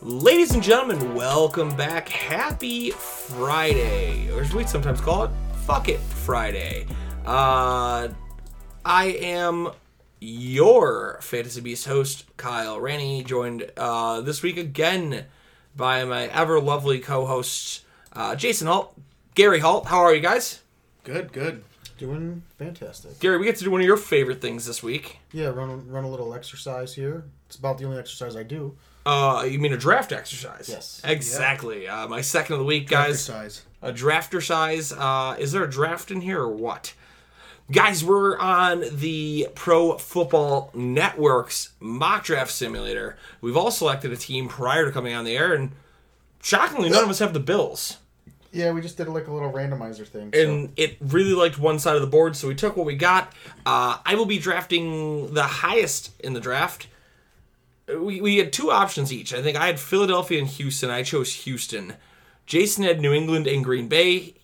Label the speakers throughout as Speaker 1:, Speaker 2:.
Speaker 1: Ladies and gentlemen, welcome back. Happy Friday, or as we sometimes call it, fuck it Friday. Uh, I am your Fantasy Beast host, Kyle Rennie, joined uh, this week again by my ever lovely co hosts, uh, Jason Holt, Gary Holt. How are you guys?
Speaker 2: Good, good.
Speaker 3: Doing fantastic.
Speaker 1: Gary, we get to do one of your favorite things this week.
Speaker 3: Yeah, run run a little exercise here. It's about the only exercise I do.
Speaker 1: Uh, you mean a draft exercise?
Speaker 3: Yes.
Speaker 1: Exactly. Uh, my second of the week, guys.
Speaker 2: Exercise.
Speaker 1: a drafter size. Uh, is there a draft in here or what? Guys, we're on the Pro Football Network's mock draft simulator. We've all selected a team prior to coming on the air, and shockingly, none of us have the Bills.
Speaker 3: Yeah, we just did like a little randomizer thing. so-
Speaker 1: And it really liked one side of the board, so we took what we got. Uh, I will be drafting the highest in the draft. We, we had two options each. I think I had Philadelphia and Houston. I chose Houston. Jason had New England and Green Bay.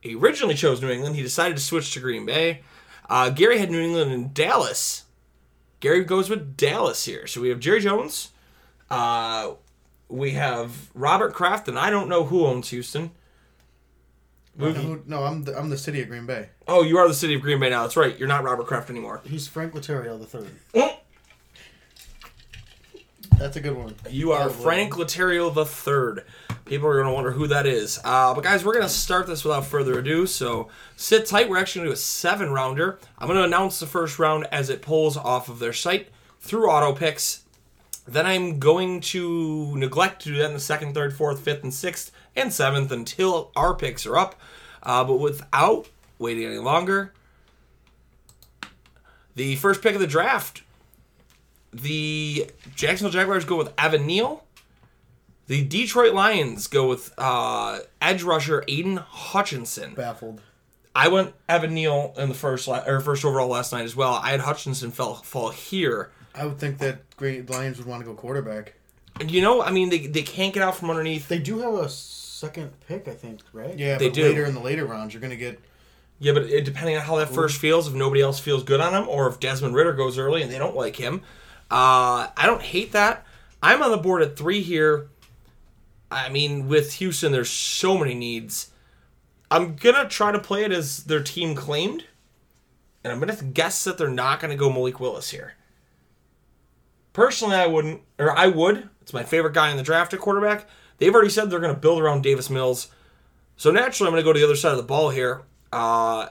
Speaker 1: He originally chose New England. He decided to switch to Green Bay. Uh, Gary had New England and Dallas. Gary goes with Dallas here. So we have Jerry Jones. Uh, we have Robert Kraft, and I don't know who owns Houston.
Speaker 2: No, who- no, I'm the, I'm the city of Green Bay.
Speaker 1: Oh, you are the city of Green Bay now. That's right. You're not Robert Kraft anymore.
Speaker 3: he's Frank Leterio the third.
Speaker 1: Oh.
Speaker 2: That's a good one.
Speaker 1: You are Frank Leterio the third. People are going to wonder who that is. Uh, but guys, we're going to start this without further ado. So sit tight. We're actually going to do a seven rounder. I'm going to announce the first round as it pulls off of their site through auto picks. Then I'm going to neglect to do that in the second, third, fourth, fifth, and sixth, and seventh until our picks are up. Uh, but without waiting any longer, the first pick of the draft the Jacksonville Jaguars go with Evan Neal. The Detroit Lions go with uh, edge rusher Aiden Hutchinson.
Speaker 2: Baffled.
Speaker 1: I went Evan Neal in the first la- or first overall last night as well. I had Hutchinson fell fall here.
Speaker 2: I would think that Green Lions would want to go quarterback.
Speaker 1: And you know, I mean, they, they can't get out from underneath.
Speaker 3: They do have a second pick, I think, right?
Speaker 2: Yeah,
Speaker 1: They
Speaker 2: but
Speaker 1: do.
Speaker 2: later in the later rounds, you're going to get.
Speaker 1: Yeah, but it, depending on how that first feels, if nobody else feels good on him, or if Desmond Ritter goes early and they don't like him, uh, I don't hate that. I'm on the board at three here. I mean, with Houston, there's so many needs. I'm gonna try to play it as their team claimed, and I'm gonna guess that they're not gonna go Malik Willis here. Personally, I wouldn't, or I would. It's my favorite guy in the draft at quarterback. They've already said they're gonna build around Davis Mills. So naturally, I'm going to go to the other side of the ball here. Uh,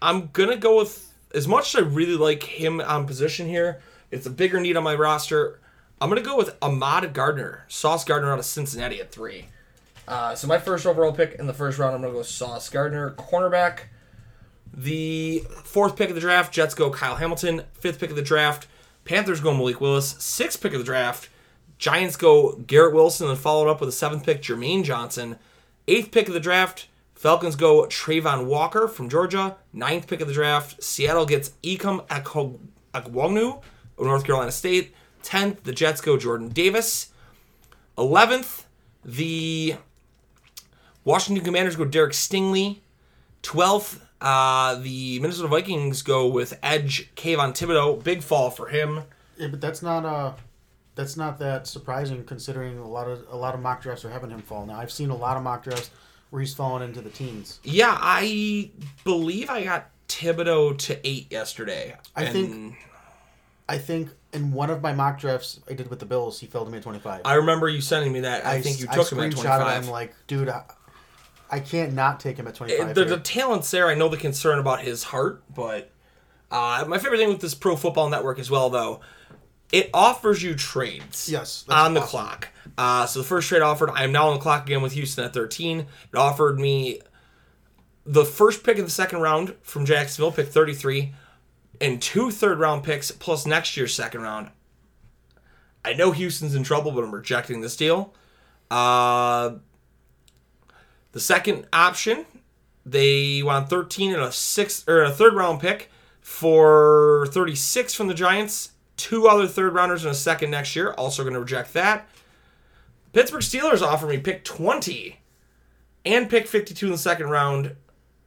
Speaker 1: I'm going to go with as much as I really like him on position here. It's a bigger need on my roster. I'm going to go with Ahmad Gardner, Sauce Gardner out of Cincinnati at three. Uh, so my first overall pick in the first round, I'm going to go Sauce Gardner, cornerback. The fourth pick of the draft, Jets go Kyle Hamilton. Fifth pick of the draft, Panthers go Malik Willis. Sixth pick of the draft, Giants go Garrett Wilson, and followed up with the seventh pick, Jermaine Johnson. Eighth pick of the draft, Falcons go Trayvon Walker from Georgia. Ninth pick of the draft, Seattle gets Ekum Akwonu of North Carolina State. Tenth, the Jets go Jordan Davis. Eleventh, the Washington Commanders go Derek Stingley. 12th, uh, the Minnesota Vikings go with Edge Kayvon Thibodeau. Big fall for him.
Speaker 3: Yeah, but that's not uh that's not that surprising considering a lot of a lot of mock drafts are having him fall. Now I've seen a lot of mock drafts where he's fallen into the teens.
Speaker 1: Yeah, I believe I got Thibodeau to eight yesterday.
Speaker 3: I think- I think in one of my mock drafts I did with the Bills, he fell to me at twenty five.
Speaker 1: I remember you sending me that. I, think you took him at
Speaker 3: screenshotted
Speaker 1: 25.
Speaker 3: him like, dude, I, I can't not take him at twenty
Speaker 1: Uh,
Speaker 3: five.
Speaker 1: the, the talent's there. I know the concern about his heart, but uh, my favorite thing with this Pro Football Network as well, though, It offers you trades.
Speaker 3: Yes, that's
Speaker 1: on the
Speaker 3: awesome.
Speaker 1: clock. Uh, so the first trade offered, I am now on the clock again with Houston at 13. It offered me the first pick of the second round from Jacksonville, pick 33, and two third round picks plus next year's second round. I know Houston's in trouble, but I'm rejecting this deal. Uh, the second option, they want 13 and a sixth or a third round pick for 36 from the Giants. Two other third rounders and a second next year. Also going to reject that. Pittsburgh Steelers offer me pick 20 and pick 52 in the second round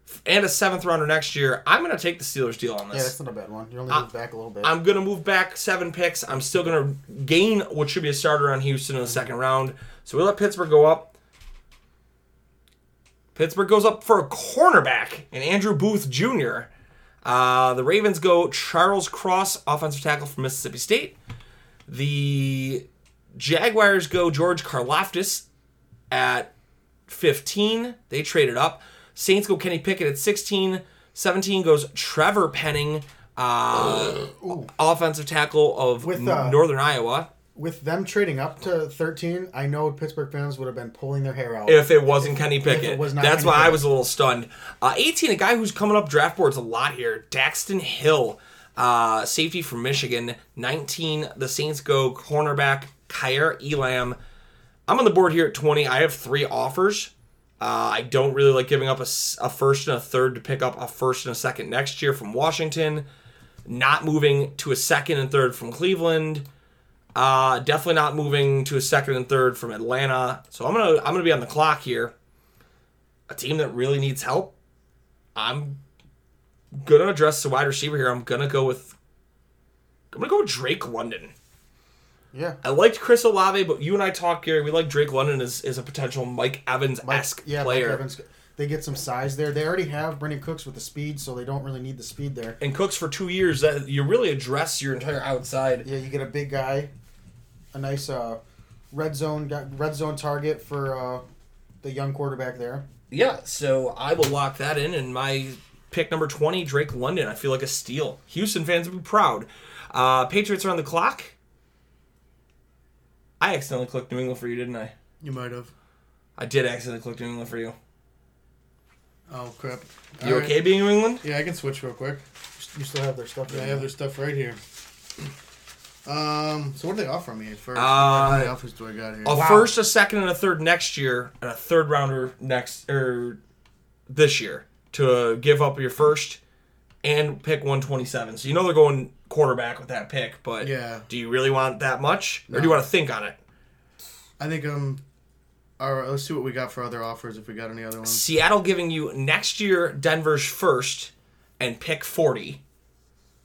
Speaker 1: f- and a seventh rounder next year. I'm going to take the Steelers deal on
Speaker 3: Yeah,
Speaker 1: this.
Speaker 3: that's not a bad one. You're only moved back a little bit.
Speaker 1: I'm gonna move back seven picks. I'm still gonna gain what should be a starter on Houston in the second round. So we let Pittsburgh go up. Pittsburgh goes up for a cornerback and Andrew Booth Jr. Uh, the Ravens go Charles Cross, offensive tackle from Mississippi State. The Jaguars go George Karloftis at 15. They traded up. Saints go Kenny Pickett at 16. 17 goes Trevor Penning, uh, offensive tackle of
Speaker 3: With, uh,
Speaker 1: Northern Iowa.
Speaker 3: With them trading up to 13, I know Pittsburgh fans would have been pulling their hair out.
Speaker 1: If it wasn't Kenny Pickett,
Speaker 3: was not
Speaker 1: that's
Speaker 3: Kenny
Speaker 1: why I
Speaker 3: Pickett.
Speaker 1: was a little stunned. Uh, 18, a guy who's coming up draft boards a lot here, Daxton Hill, uh, safety from Michigan. 19, the Saints go cornerback Kyer Elam. I'm on the board here at 20. I have three offers. Uh, I don't really like giving up a, s- a first and a third to pick up a first and a second next year from Washington. Not moving to a second and third from Cleveland. Uh, definitely not moving to a second and third from Atlanta. So I'm gonna I'm gonna be on the clock here. A team that really needs help. I'm gonna address the wide receiver here. I'm gonna go with I'm gonna go with Drake London.
Speaker 3: yeah.
Speaker 1: I liked Chris Olave, but you and I talked, Gary. We like Drake London as, as a potential Mike Evans esque
Speaker 3: yeah, Mike
Speaker 1: player.
Speaker 3: Evans, they get some size there. They already have Brendan Cooks with the speed, so they don't really need the speed there.
Speaker 1: And Cooks for two years, that you really address your entire outside.
Speaker 3: Yeah, you get a big guy, a nice uh, red zone guy, red zone target for uh, the young quarterback there.
Speaker 1: Yeah, so I will lock that in. And my pick number 20, Drake London, I feel like a steal. Houston fans will be proud. Uh, Patriots are on the clock. I accidentally clicked New England for you, didn't I?
Speaker 2: You might have.
Speaker 1: I did accidentally click New England for you.
Speaker 2: Oh crap.
Speaker 1: You
Speaker 2: All right.
Speaker 1: okay being New England?
Speaker 2: Yeah, I can switch real quick.
Speaker 3: You still have their stuff.
Speaker 2: I have their stuff right here. Um. So what do they offer me first?
Speaker 1: Uh,
Speaker 2: How many offers do I got here?
Speaker 1: A first, a second, and a third next year, and a third rounder next or this year to give up your first and pick 127. So you know they're going quarterback with that pick, but
Speaker 2: Yeah.
Speaker 1: do you really want that much, or do you want to think on it?
Speaker 2: I think um. All right. Let's see what we got for other offers. If we got any other ones.
Speaker 1: Seattle giving you next year Denver's first and pick 40.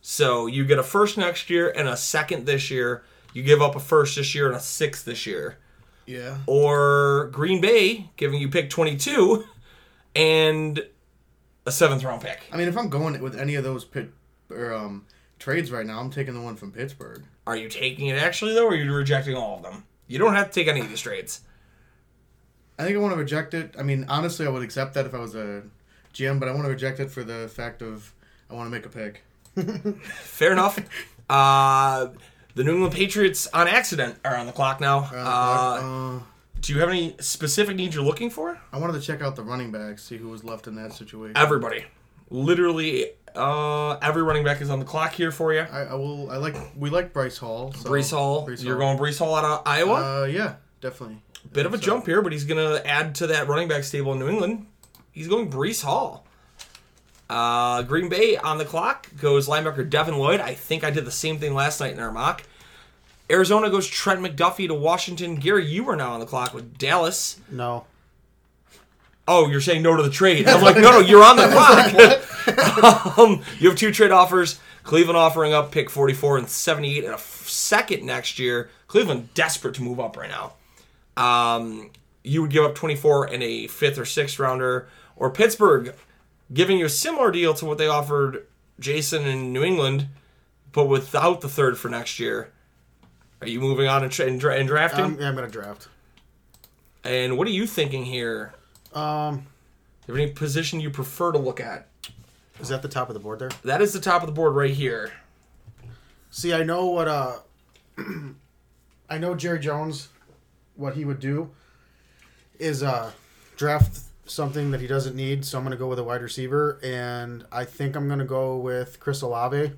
Speaker 1: So you get a first next year and a second this year. You give up a first this year and a sixth this year.
Speaker 2: Yeah.
Speaker 1: Or Green Bay giving you pick 22 and a seventh round pick.
Speaker 2: I mean, if I'm going with any of those pit or um trades right now, I'm taking the one from Pittsburgh.
Speaker 1: Are you taking it actually, though, or are you rejecting all of them? You don't have to take any of these trades.
Speaker 2: I think I want to reject it. I mean, honestly, I would accept that if I was a GM, but I want to reject it for the fact of I want to make a pick.
Speaker 1: Fair enough. Uh, the New England Patriots on accident are on the clock now. Uh,
Speaker 2: Uh,
Speaker 1: do you have any specific needs you're looking for?
Speaker 2: I wanted to check out the running backs, see who was left in that situation.
Speaker 1: everybody. Literally, uh, every running back is on the clock here for you.
Speaker 2: I, I will. I like. We like Bryce Hall. So
Speaker 1: Brees Hall,
Speaker 2: Breece
Speaker 1: you're going Brees Hall out of Iowa.
Speaker 2: Uh, yeah, definitely.
Speaker 1: Bit of a
Speaker 2: So-
Speaker 1: jump here, but he's gonna add to that running back stable in New England. He's going Brees Hall. Uh, Green Bay on the clock goes linebacker Devin Lloyd. I think I did the same thing last night in our mock. Arizona goes Trent McDuffie to Washington. Gary, you are now on the clock with Dallas.
Speaker 3: No,
Speaker 1: Oh, you're saying no to the trade. I'm like, no, no, you're on the clock. um, you have two trade offers. Cleveland offering up pick 44 and 78 and a f- second next year. Cleveland desperate to move up right now. Um, you would give up 24 and a fifth or sixth rounder, or Pittsburgh giving you a similar deal to what they offered Jason in New England, but without the third for next year. Are you moving on and, tra- and, dra- and drafting?
Speaker 3: I'm, yeah, I'm gonna draft.
Speaker 1: and what are you thinking here?
Speaker 3: Um,
Speaker 1: Do you have any position you prefer to look at?
Speaker 3: is that the top of the board there?
Speaker 1: That is the top of the board right here.
Speaker 3: See, I know what uh, I know Jerry Jones, what he would do is uh, draft something that he doesn't need. So I'm going to go with a wide receiver, and I think I'm going to go with Chris Olave.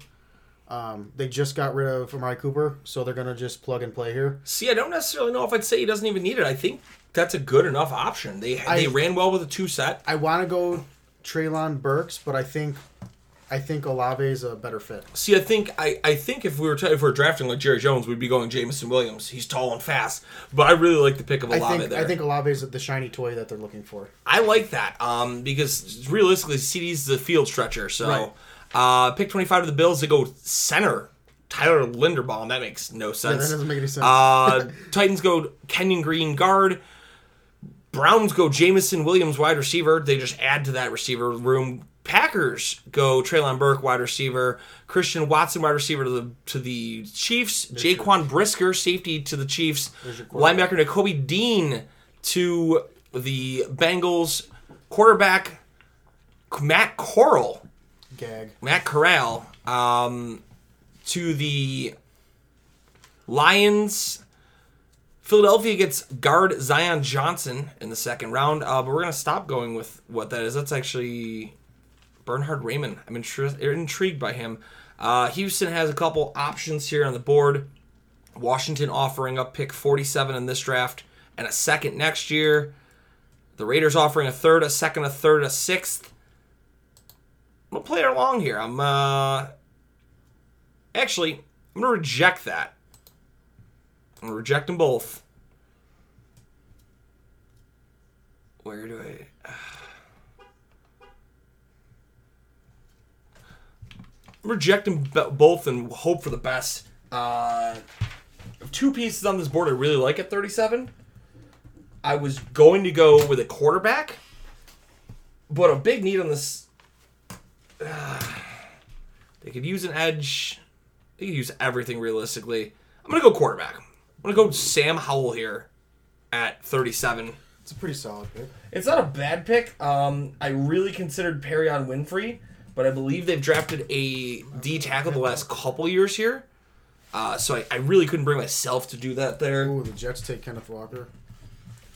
Speaker 3: Um, they just got rid of Amari Cooper, so they're going to just plug and play here.
Speaker 1: See, I don't necessarily know if I'd say he doesn't even need it. I think that's a good enough option. They they
Speaker 3: I-
Speaker 1: ran well with a two set.
Speaker 3: I want to go Traylon Burks, but I think I think Olave is a better fit.
Speaker 1: See, I think I, I think if we were t- if we are drafting like Jerry Jones, we'd be going Jamison Williams. He's tall and fast, but I really like the pick of
Speaker 3: I
Speaker 1: Olave
Speaker 3: think
Speaker 1: there.
Speaker 3: I think Olave is the shiny toy that they're looking for.
Speaker 1: I like that um, because realistically, CD's the field stretcher. So,
Speaker 3: Right.
Speaker 1: uh, pick 25 to the Bills, they go center, Tyler Linderbaum. That makes no sense.
Speaker 3: that doesn't make any sense.
Speaker 1: Uh, Titans go Kenyon Green guard. Browns go Jamison Williams wide receiver. They just add to that receiver room. Packers go Traylon Burke wide receiver, Christian Watson wide receiver to the to the Chiefs, Jaquan Brisker safety to the Chiefs, linebacker N'Kobe Dean to the Bengals, quarterback Matt Corral
Speaker 3: Gag.
Speaker 1: Matt Corral um, to the Lions. Philadelphia gets guard Zion Johnson in the second round, uh, but we're gonna stop going with what that is. That's actually Bernhard Raymond. I'm intri- intrigued by him. Uh, Houston has a couple options here on the board. Washington offering up pick 47 in this draft and a second next year. The Raiders offering a third, a second, a third, a sixth. I'm gonna play it along here. I'm uh actually I'm gonna reject that. I'm gonna reject them both. Where do I reject them b- both and hope for the best. Uh, two pieces on this board I really like at 37. I was going to go with a quarterback, but a big need on this they could use an edge. They could use everything realistically. I'm gonna go quarterback. I'm gonna go Sam Howell here at 37.
Speaker 3: It's a pretty solid pick.
Speaker 1: It's not a bad pick. Um, I really considered Perry on Winfrey, but I believe they've drafted a D tackle the last couple years here. Uh, so I, I really couldn't bring myself to do that there.
Speaker 3: Ooh, the Jets take Kenneth Walker.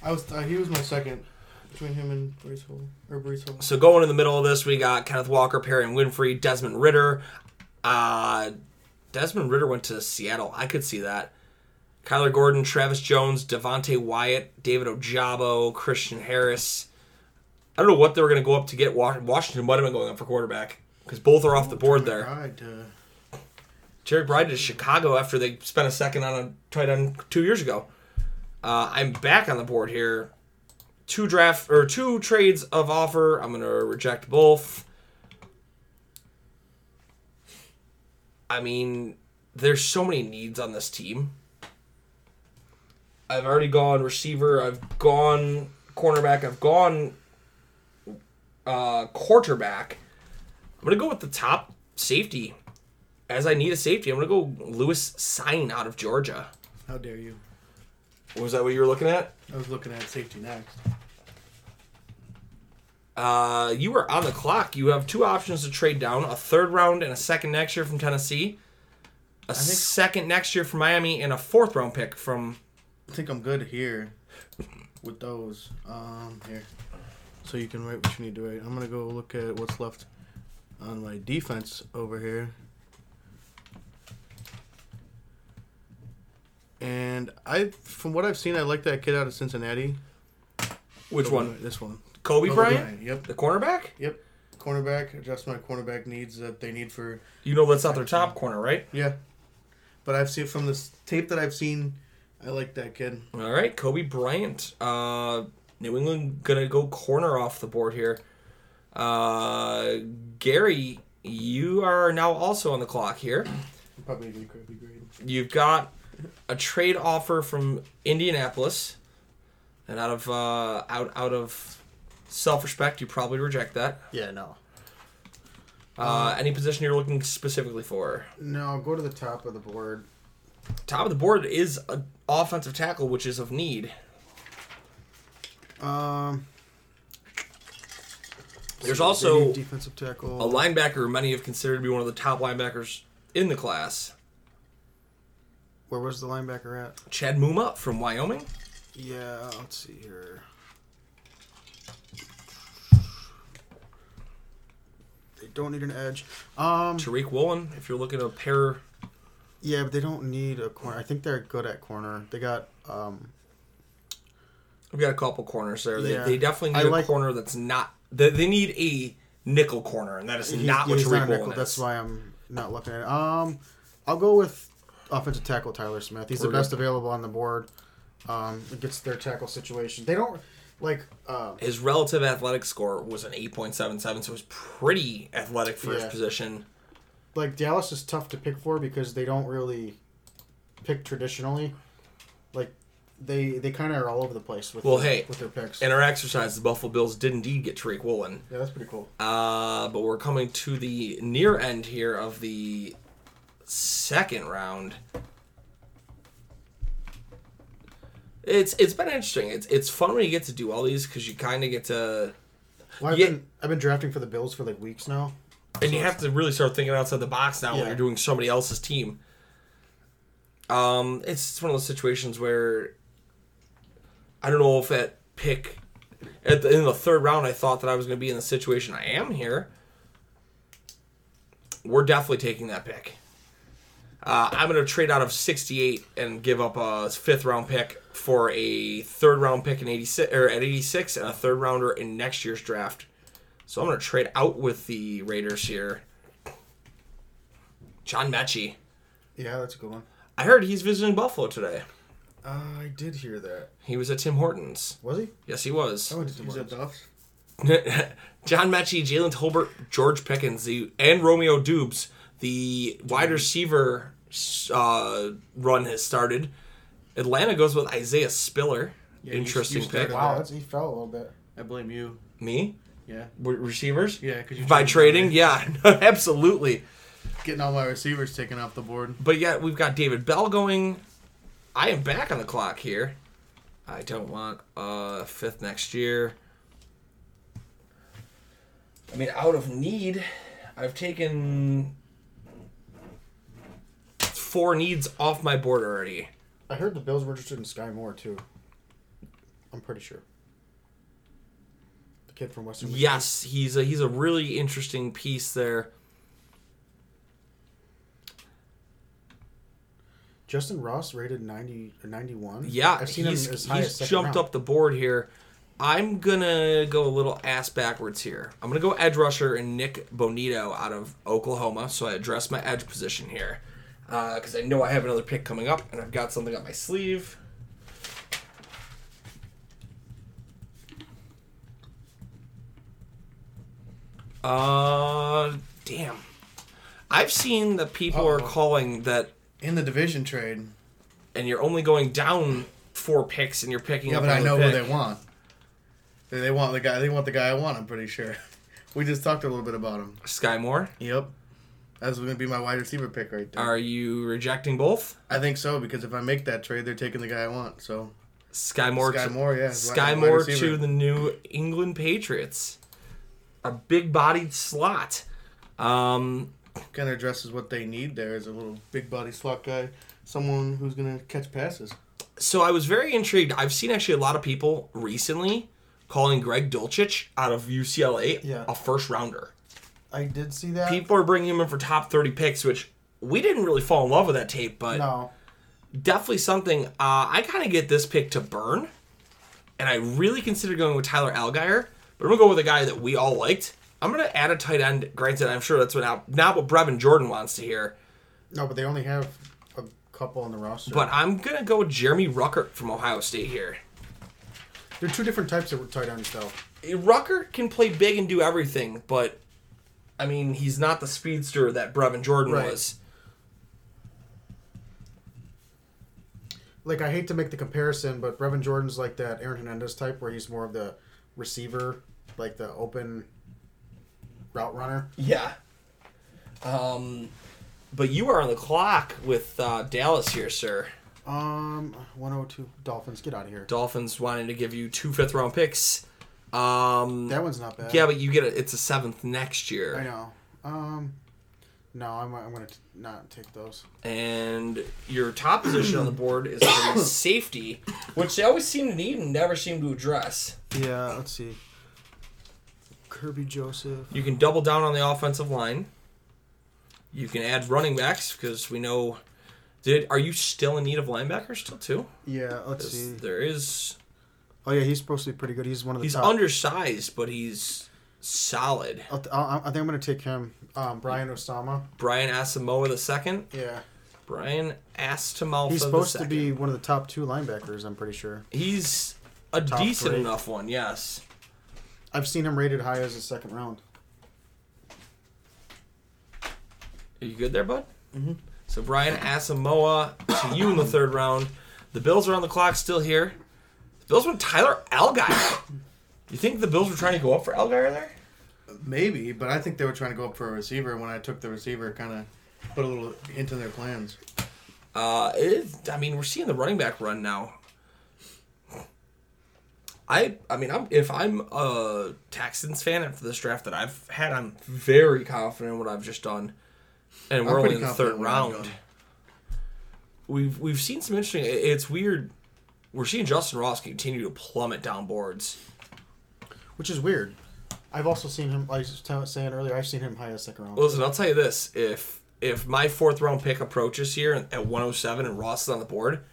Speaker 2: I was uh, he was my second between him and Brees Hall or Brees Hall.
Speaker 1: So going in the middle of this, we got Kenneth Walker, Perry and Winfrey, Desmond Ritter. Uh, Desmond Ritter went to Seattle. I could see that. Kyler Gordon, Travis Jones, Devontae Wyatt, David Ojabo, Christian Harris. I don't know what they were going to go up to get. Wa- Washington might have been going up for quarterback because both are off the board there.
Speaker 2: Right, uh,
Speaker 1: Terry Bride to Chicago after they spent a second on a tight end two years ago. Uh, I'm back on the board here. Two draft or two trades of offer. I'm gonna reject both. I mean, there's so many needs on this team. I've already gone receiver. I've gone cornerback. I've gone uh, quarterback. I'm gonna go with the top safety as I need a safety, I'm gonna go Lewis Sign out of Georgia.
Speaker 2: how dare you?
Speaker 1: Was that what you were looking at?
Speaker 2: I was looking at safety next.
Speaker 1: Uh, you were on the clock. You have two options to trade down: a third round and a second next year from Tennessee, a second next year from Miami, and a fourth round pick from.
Speaker 2: I think I'm good here with those. Um, here, so you can write what you need to write. I'm gonna go look at what's left on my defense over here. And I, from what I've seen, I like that kid out of Cincinnati. Oh,
Speaker 1: Which one?
Speaker 2: This one.
Speaker 1: Kobe Bryant,
Speaker 2: Yep.
Speaker 1: the cornerback.
Speaker 2: Yep. Cornerback. Address my cornerback needs that they need for
Speaker 1: You know that's not their top corner, right?
Speaker 2: yeah. But I've seen from this tape that I've seen, I like that kid.
Speaker 1: All right, Kobe Bryant. Uh, New England gonna go corner off the board here. Uh, Gary, you are now also on the clock here.
Speaker 2: Probably a crappy grade.
Speaker 1: you've got a trade offer from Indianapolis, and out of uh, out out of self respect, you probably reject that.
Speaker 3: Yeah, no. Um,
Speaker 1: Uh, any position you're looking specifically for,
Speaker 3: No, go to the top of the board.
Speaker 1: top of the board is an offensive tackle, which is of need.
Speaker 3: Um,
Speaker 1: There's
Speaker 3: they
Speaker 1: also
Speaker 3: need defensive tackle.
Speaker 1: a linebacker who many have considered to be one of the top linebackers in the class.
Speaker 3: Where was the linebacker at?
Speaker 1: Chad Muma from Wyoming.
Speaker 3: Yeah, let's see here. They don't need an edge. Um,
Speaker 1: Tariq Woolen, if you're looking to pair.
Speaker 3: yeah, but they don't need a corner. I think they're good at corner. They got um,
Speaker 1: We've got a couple corners there. They,
Speaker 3: Yeah.
Speaker 1: they definitely
Speaker 3: I
Speaker 1: need a
Speaker 3: like-
Speaker 1: corner that's not. They, they need a nickel corner, and that is
Speaker 3: he's-
Speaker 1: not
Speaker 3: yeah,
Speaker 1: what
Speaker 3: he's
Speaker 1: Tariq
Speaker 3: a nickel.
Speaker 1: Woolen is.
Speaker 3: That's why I'm not looking at it. Um, I'll go with offensive tackle Tyler Smith. He's
Speaker 1: We're
Speaker 3: the best available on the board. Um, it gets their tackle situation. They don't like. Um,
Speaker 1: His relative athletic score was an 8.77, so it was pretty athletic for his
Speaker 3: Yeah.
Speaker 1: position.
Speaker 3: like Dallas is tough to pick for because they don't really pick traditionally. Like they they kind of are all over the place with
Speaker 1: Well,
Speaker 3: their,
Speaker 1: hey,
Speaker 3: with their picks.
Speaker 1: In our exercise, the Buffalo Bills did indeed get Tariq Woolen.
Speaker 3: yeah, that's pretty cool.
Speaker 1: Uh, but we're coming to the near end here of the second round. It's it's been interesting. It's it's fun when you get to do all these because you kind of get to
Speaker 3: Well, I've
Speaker 1: yeah.
Speaker 3: been I've been drafting for the Bills for like weeks now.
Speaker 1: and you have to really start thinking outside the box now when
Speaker 3: Yeah.
Speaker 1: you're doing somebody else's team. Um, it's one of those situations where I don't know if that pick at the, in the third round I thought that I was going to be in the situation I am here. We're definitely taking that pick. Uh, I'm going to trade out of 68 and give up a fifth round pick for a third round pick in 86 or at 86 and a third rounder in next year's draft. So I'm going to trade out with the Raiders here. John Mechie.
Speaker 3: Yeah, that's a good one.
Speaker 1: I heard he's visiting Buffalo today.
Speaker 3: Uh, I did hear that.
Speaker 1: He was at Tim Hortons.
Speaker 3: Was he?
Speaker 1: Yes, he was.
Speaker 3: I went to Tim
Speaker 2: He's at
Speaker 3: Hortons.
Speaker 2: Duff's.
Speaker 1: John Mechie, Jalen Tolbert, George Pickens, the, and Romeo Dubes. The wide receiver uh, run has started. Atlanta goes with Isaiah Spiller.
Speaker 2: Yeah, you-
Speaker 1: Interesting
Speaker 2: you
Speaker 1: pick.
Speaker 2: started
Speaker 3: Wow, that's, he fell a little bit.
Speaker 2: I blame you.
Speaker 1: Me?
Speaker 2: Yeah.
Speaker 1: Re- receivers?
Speaker 2: Yeah, because you
Speaker 1: By
Speaker 2: traded
Speaker 1: trading? Yeah, absolutely.
Speaker 2: me. getting all my receivers taken off the board.
Speaker 1: But yet we've got David Bell going. I am back on the clock here. I don't want uh fifth next year. I mean, out of need, I've taken four needs off my board already.
Speaker 3: I heard the Bills were interested in Sky Moore too. I'm pretty sure. The kid from Western. Michigan.
Speaker 1: Yes, he's a he's a really interesting piece there.
Speaker 3: Justin Ross rated 90 or 91.
Speaker 1: Yeah,
Speaker 3: I've seen
Speaker 1: he's,
Speaker 3: him as high
Speaker 1: he's
Speaker 3: as second
Speaker 1: jumped
Speaker 3: round.
Speaker 1: up the board here. I'm gonna go a little ass backwards here. I'm gonna go edge rusher and Nick Bonito out of Oklahoma. So I address my edge position here because I know I have another pick coming up and I've got something up my sleeve. Uh, damn. I've seen that people are
Speaker 2: Uh-oh.
Speaker 1: calling that
Speaker 2: In the division trade.
Speaker 1: and you're only going down four picks and you're picking
Speaker 2: Yeah,
Speaker 1: up
Speaker 2: but I
Speaker 1: another
Speaker 2: know who
Speaker 1: pick.
Speaker 2: they want. They, they want the guy. They want the guy I want. I'm pretty sure. We just talked a little bit about him.
Speaker 1: Sky Moore,
Speaker 2: Yep. That's going to be my wide receiver pick right there.
Speaker 1: are you rejecting both?
Speaker 2: I think so because if I make that trade, they're taking the guy I want. So
Speaker 1: Sky Moore,
Speaker 2: Sky
Speaker 1: to,
Speaker 2: Moore, yeah, is
Speaker 1: Sky
Speaker 2: wide- wide
Speaker 1: Moore
Speaker 2: receiver.
Speaker 1: to the New England Patriots, a big-bodied slot. Um,
Speaker 2: kind of addresses what they need there is a little big body slot guy, someone who's going to catch passes.
Speaker 1: so I was very intrigued. I've seen actually a lot of people recently calling Greg Dulcich out of UCLA
Speaker 3: Yeah.
Speaker 1: a first rounder.
Speaker 3: I did see that.
Speaker 1: People are bringing him in for top thirty picks, which we didn't really fall in love with that tape, but
Speaker 3: no.
Speaker 1: definitely something. Uh, I kind of get this pick to burn, and I really consider going with Tyler Algier, but I'm gonna go with a guy that we all liked. I'm gonna add a tight end. Granted, I'm sure that's what now not what Brevin Jordan wants to hear,
Speaker 3: No, but they only have a couple on the roster.
Speaker 1: but I'm gonna go with Jeremy Ruckert from Ohio State here.
Speaker 3: They're two different types of tight ends, though.
Speaker 1: Ruckert can play big and do everything, but I mean he's not the speedster that Brevin Jordan
Speaker 3: Right.
Speaker 1: was.
Speaker 3: Like, I hate to make the comparison, but Brevin Jordan's like that Aaron Hernandez type where he's more of the receiver, like the open route runner.
Speaker 1: Yeah. Um, but you are on the clock with uh, Dallas here, sir.
Speaker 3: Um, 102. Dolphins, get out of here.
Speaker 1: Dolphins wanting to give you two fifth round picks. Um,
Speaker 3: That one's not bad.
Speaker 1: yeah, but you get a, it's a seventh next year.
Speaker 3: I know. Um, No, I'm, I'm going to not take those.
Speaker 1: and your top position on the board is gonna be safety, which they always seem to need and never seem to address.
Speaker 2: Yeah, let's see. Kirby Joseph.
Speaker 1: You can double down on the offensive line. You can add running backs because we know. Did are you still in need of linebackers still too?
Speaker 2: Yeah, let's
Speaker 1: 'Cause
Speaker 2: see.
Speaker 1: There is.
Speaker 3: Oh, yeah, he's supposed to be pretty good. He's one of the
Speaker 1: He's
Speaker 3: top.
Speaker 1: undersized, but he's solid.
Speaker 3: I'll, I'll, I think I'm going to take him. Um, Brian Osama.
Speaker 1: Brian Asamoah the second.
Speaker 3: Yeah.
Speaker 1: Brian Astamalfa
Speaker 3: He's supposed
Speaker 1: the
Speaker 3: to
Speaker 1: second.
Speaker 3: be one of the top two linebackers, I'm pretty sure.
Speaker 1: He's a
Speaker 3: Top
Speaker 1: decent
Speaker 3: three.
Speaker 1: enough one. Yes.
Speaker 3: I've seen him rated high as a second round.
Speaker 1: Are you good there, bud? Mm-hmm. So Brian Asamoah to you in the third round. The Bills are on the clock still here. The Bills went Tyler Algier. you think the Bills were trying to go up for Algier there?
Speaker 2: Maybe, but I think they were trying to go up for a receiver. When I took the receiver, kind of put a little into their plans.
Speaker 1: Uh, it is, I mean, we're seeing the running back run now. I I mean, I'm if I'm a Texans fan and for this draft that I've had, I'm very confident in what I've just done, and we're only
Speaker 2: pretty
Speaker 1: in the third
Speaker 2: confident in what I've
Speaker 1: round.
Speaker 2: done.
Speaker 1: We've we've seen some interesting. it- It's weird. We're seeing Justin Ross continue to plummet down boards.
Speaker 3: which is weird. I've also seen him. Like I was tell- saying earlier, I've seen him high as second round.
Speaker 1: Listen, I'll tell you this: if if my fourth round pick approaches here at 107 and Ross is on the board,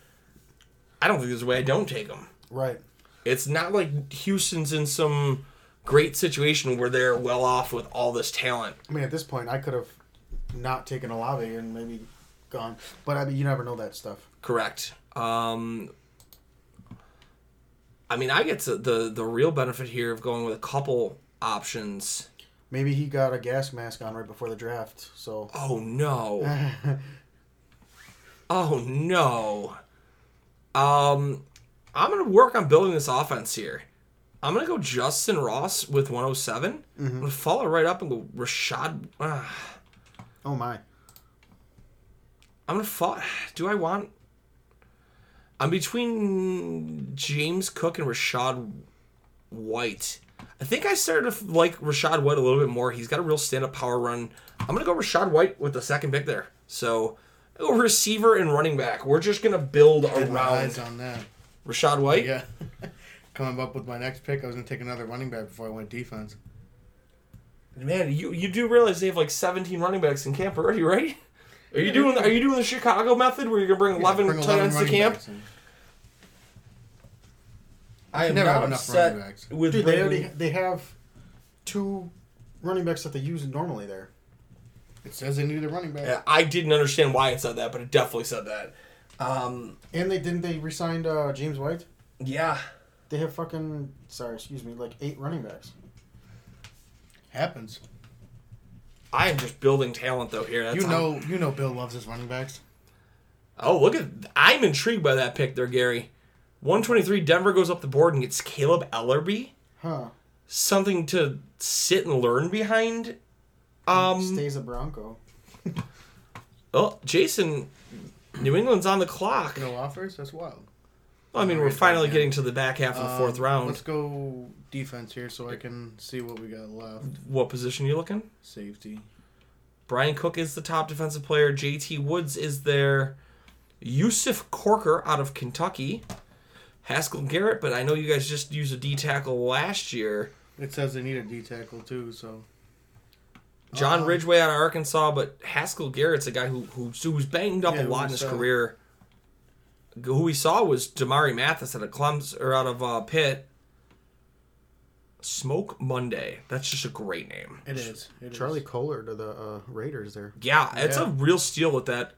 Speaker 1: I don't think there's a way I don't take him.
Speaker 3: right.
Speaker 1: It's not like Houston's in some great situation where they're well off with all this talent.
Speaker 3: I mean, at this point, I could have not taken Olave and maybe gone, but I mean, you never know that stuff.
Speaker 1: Correct. Um, I mean, I get to the the real benefit here of going with a couple options.
Speaker 3: Maybe he got a gas mask on right before the draft. So
Speaker 1: Oh no. oh no. Um, I'm gonna work on building this offense here. I'm gonna go Justin Ross with 107. I'm gonna follow right up and go Rashad. ah.
Speaker 3: oh my,
Speaker 1: I'm gonna fall. Do I want? I'm between James Cook and Rashad White. I think I started to like Rashad White a little bit more. He's got a real stand-up power run. I'm gonna go Rashad White with the second pick there. So, I go receiver and running back. We're just gonna build
Speaker 2: Had my eyes
Speaker 1: around
Speaker 2: on that.
Speaker 1: Rashad White.
Speaker 2: Yeah. Coming up with my next pick, I was gonna take another running back before I went defense.
Speaker 1: Man, you you do realize they have like 17 running backs in camp already, right? Are you doing Are you doing the Chicago method where you're gonna bring 11
Speaker 2: Bring
Speaker 1: tight ends to
Speaker 2: running
Speaker 1: camp?
Speaker 2: backs in.
Speaker 1: I am
Speaker 2: Never
Speaker 1: not
Speaker 2: have enough
Speaker 1: upset
Speaker 2: running backs.
Speaker 1: with
Speaker 3: dude, they
Speaker 1: bringing-
Speaker 3: already they have two running backs that they use normally there.
Speaker 2: It says they needed a running back.
Speaker 1: Yeah, I didn't understand why it said that, but it definitely said that. Um,
Speaker 3: And they didn't they re-signed uh, James White.
Speaker 1: yeah,
Speaker 3: They have fucking sorry, excuse me, like eight running backs.
Speaker 2: Happens.
Speaker 1: I am just building talent though here. That's
Speaker 2: you
Speaker 1: how-
Speaker 2: know, you know, Bill loves his running backs.
Speaker 1: Oh, look at! I'm intrigued by that pick there, Gary. 123. Denver goes up the board and gets Caleb Ellerby,
Speaker 3: Huh?
Speaker 1: something to sit and learn behind. Um.
Speaker 3: Stays a Bronco.
Speaker 1: Oh, Jason. New England's on the clock.
Speaker 2: No offers. That's wild.
Speaker 1: I mean, we're finally getting to the back half of the fourth
Speaker 2: Um, Let's
Speaker 1: round.
Speaker 2: go defense here, so I can see what we got left.
Speaker 1: What position are you looking?
Speaker 2: Safety.
Speaker 1: Brian Cook is the top defensive player. JT Woods is there. Yusuf Corker out of Kentucky. Haskell Garrett, but I know you guys just used a D tackle last year.
Speaker 2: It says they need a D tackle too. So
Speaker 1: John
Speaker 2: Um,
Speaker 1: Ridgeway out of Arkansas, but Haskell Garrett's a guy who, who who's banged up
Speaker 2: Yeah,
Speaker 1: a
Speaker 2: who uh,
Speaker 1: lot in
Speaker 2: we
Speaker 1: his
Speaker 2: saw.
Speaker 1: career. Who we saw was Damari Mathis out of Clemson or out of uh, Pitt. Smoke Monday. That's just a great name.
Speaker 2: it is. It is.
Speaker 3: Charlie Kohler to the uh, Raiders there.
Speaker 1: Yeah, it's a
Speaker 2: Yeah.
Speaker 1: real steal at that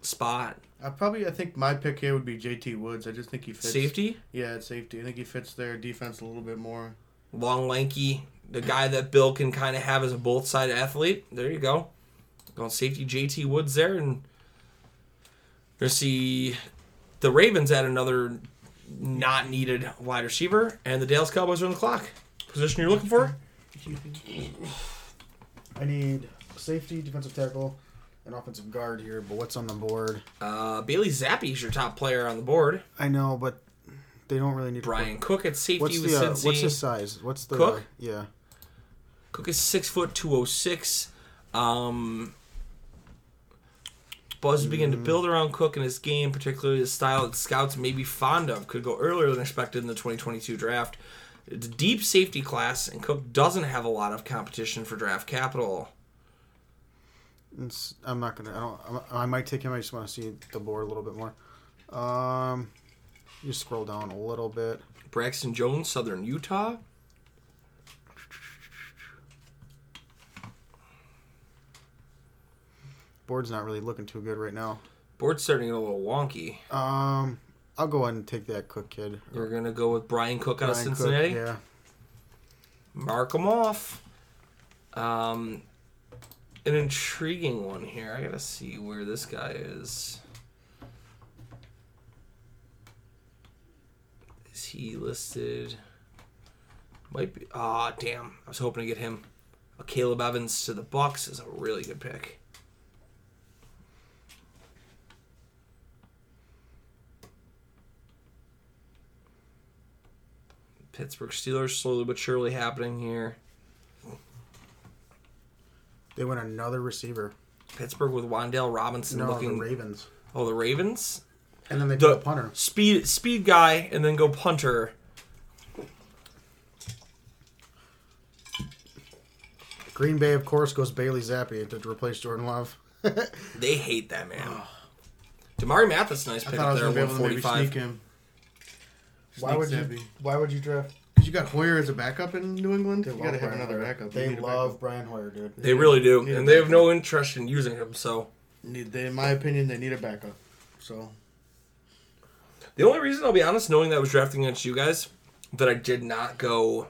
Speaker 1: spot.
Speaker 2: I probably I think my pick here would be JT Woods. I just think he fits
Speaker 1: Safety.
Speaker 2: Yeah, it's safety. I think he fits their defense a little bit more.
Speaker 1: long, lanky, the guy that Bill can kind of have as a both side athlete. There you go. Going safety JT Woods there, and you see the Ravens add another not needed wide receiver, and the Dallas Cowboys are on the clock. Position you're looking for?
Speaker 3: I need safety, defensive tackle, and offensive guard here. But what's on the board?
Speaker 1: Uh, Bailey Zappi is your top player on the board.
Speaker 3: I know, but they don't really need.
Speaker 1: Brian Cook at safety
Speaker 3: What's
Speaker 1: with
Speaker 3: the uh,
Speaker 1: Cincy.
Speaker 3: what's his size? What's the
Speaker 1: Cook?
Speaker 3: yeah?
Speaker 1: Cook is six foot two oh six. Um, Buzz began to build around Cook and his game, particularly his style that scouts may be fond of, could go earlier than expected in the 2022 draft. It's a deep safety class, and Cook doesn't have a lot of competition for draft capital.
Speaker 3: It's, I'm not gonna. I don't. I'm- I might take him. I just want to see the board a little bit more. Um, you scroll down a little bit.
Speaker 1: Braxton Jones, Southern Utah.
Speaker 3: Board's not really looking too good right now.
Speaker 1: Board's starting to get a little wonky.
Speaker 3: Um, I'll go ahead and take that Cook kid.
Speaker 1: You're going to go with Brian Cook out of
Speaker 3: Brian Cook,
Speaker 1: Cincinnati.
Speaker 3: yeah.
Speaker 1: Mark them off. Um, an intriguing one here. I gotta see where this guy is. Is he listed? Might be. Ah, damn. I was hoping to get him. Uh, Caleb Evans to the Bucks is a really good pick. Pittsburgh Steelers slowly but surely happening here.
Speaker 3: They went another receiver.
Speaker 1: Pittsburgh with Wandale Robinson
Speaker 3: No,
Speaker 1: looking.
Speaker 3: the Ravens.
Speaker 1: oh, the Ravens.
Speaker 3: And then they
Speaker 1: The-
Speaker 3: put a punter.
Speaker 1: speed speed guy and then go punter.
Speaker 3: Green Bay, of course, goes Bailey Zappi to replace Jordan Love.
Speaker 1: They hate that man. Damari Mathis, nice
Speaker 2: I
Speaker 1: pick
Speaker 2: thought I
Speaker 1: up
Speaker 2: was
Speaker 1: there,
Speaker 2: gonna be
Speaker 1: one
Speaker 2: able to
Speaker 1: forty
Speaker 2: maybe
Speaker 1: five.
Speaker 2: sneak him.
Speaker 3: Why would
Speaker 2: Sneak
Speaker 3: you?
Speaker 2: Zappi.
Speaker 3: Why would you draft?
Speaker 2: 'Cause you got Hoyer as a backup in New England.
Speaker 3: They
Speaker 2: you
Speaker 3: love
Speaker 2: gotta have
Speaker 3: Brian
Speaker 2: another
Speaker 3: Hoyer.
Speaker 2: backup. You
Speaker 3: They
Speaker 2: need a
Speaker 3: love Brian Hoyer, dude.
Speaker 1: They really do,
Speaker 2: Need a
Speaker 1: and they have
Speaker 2: backup.
Speaker 1: no interest in using him. So
Speaker 2: backup. Need, they, in my opinion, they need a backup. So
Speaker 1: the only reason I'll be honest, knowing that I was drafting against you guys, that I did not go,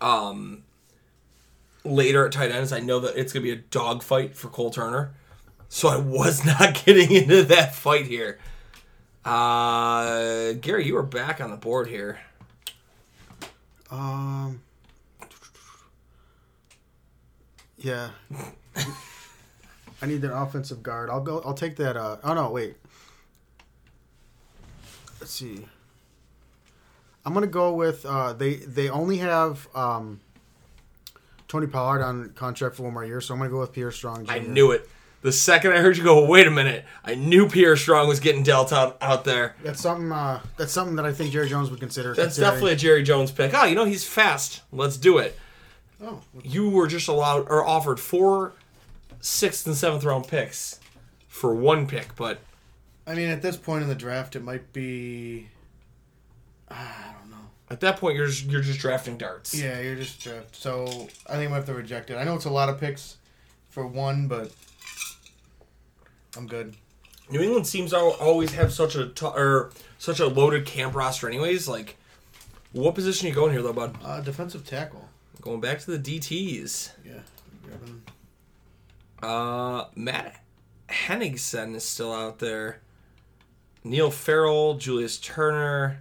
Speaker 1: um, later at tight end is I know that it's gonna be a dogfight for Cole Turner, so I was not getting into that fight here. Uh, Gary, you are back on the board here.
Speaker 3: Um. Yeah. I need an offensive guard. I'll go. I'll take that. Uh, oh no, wait. Let's see. I'm gonna go with uh, they. They only have um, Tony Pollard on contract for one more year, so I'm gonna go with Pierre Strong.
Speaker 1: I knew it. The second I heard you go, wait a minute, I knew Pierre Strong was getting dealt out, out there.
Speaker 3: That's something. Uh, that's something that I think Jerry Jones would consider.
Speaker 1: That's
Speaker 3: considering.
Speaker 1: definitely a Jerry Jones pick. Oh, you know, he's fast. Let's do it.
Speaker 2: oh, what-
Speaker 1: You were just allowed or offered four sixth and seventh round picks for one pick, but
Speaker 2: I mean, at this point in the draft, it might be. I don't know.
Speaker 1: at that point, you're just, you're just drafting darts.
Speaker 2: Yeah, you're just draft. So I think we have to reject it. I know it's a lot of picks for one, but I'm good.
Speaker 1: New England seems to always have such a t- or such a loaded camp roster, anyways. Like, what position you going here though, bud?
Speaker 2: Uh, defensive tackle.
Speaker 1: Going back to the DTS.
Speaker 2: Yeah. grabbing-
Speaker 1: Uh, Matt Henningsen is still out there. Neil Farrell, Julius Turner.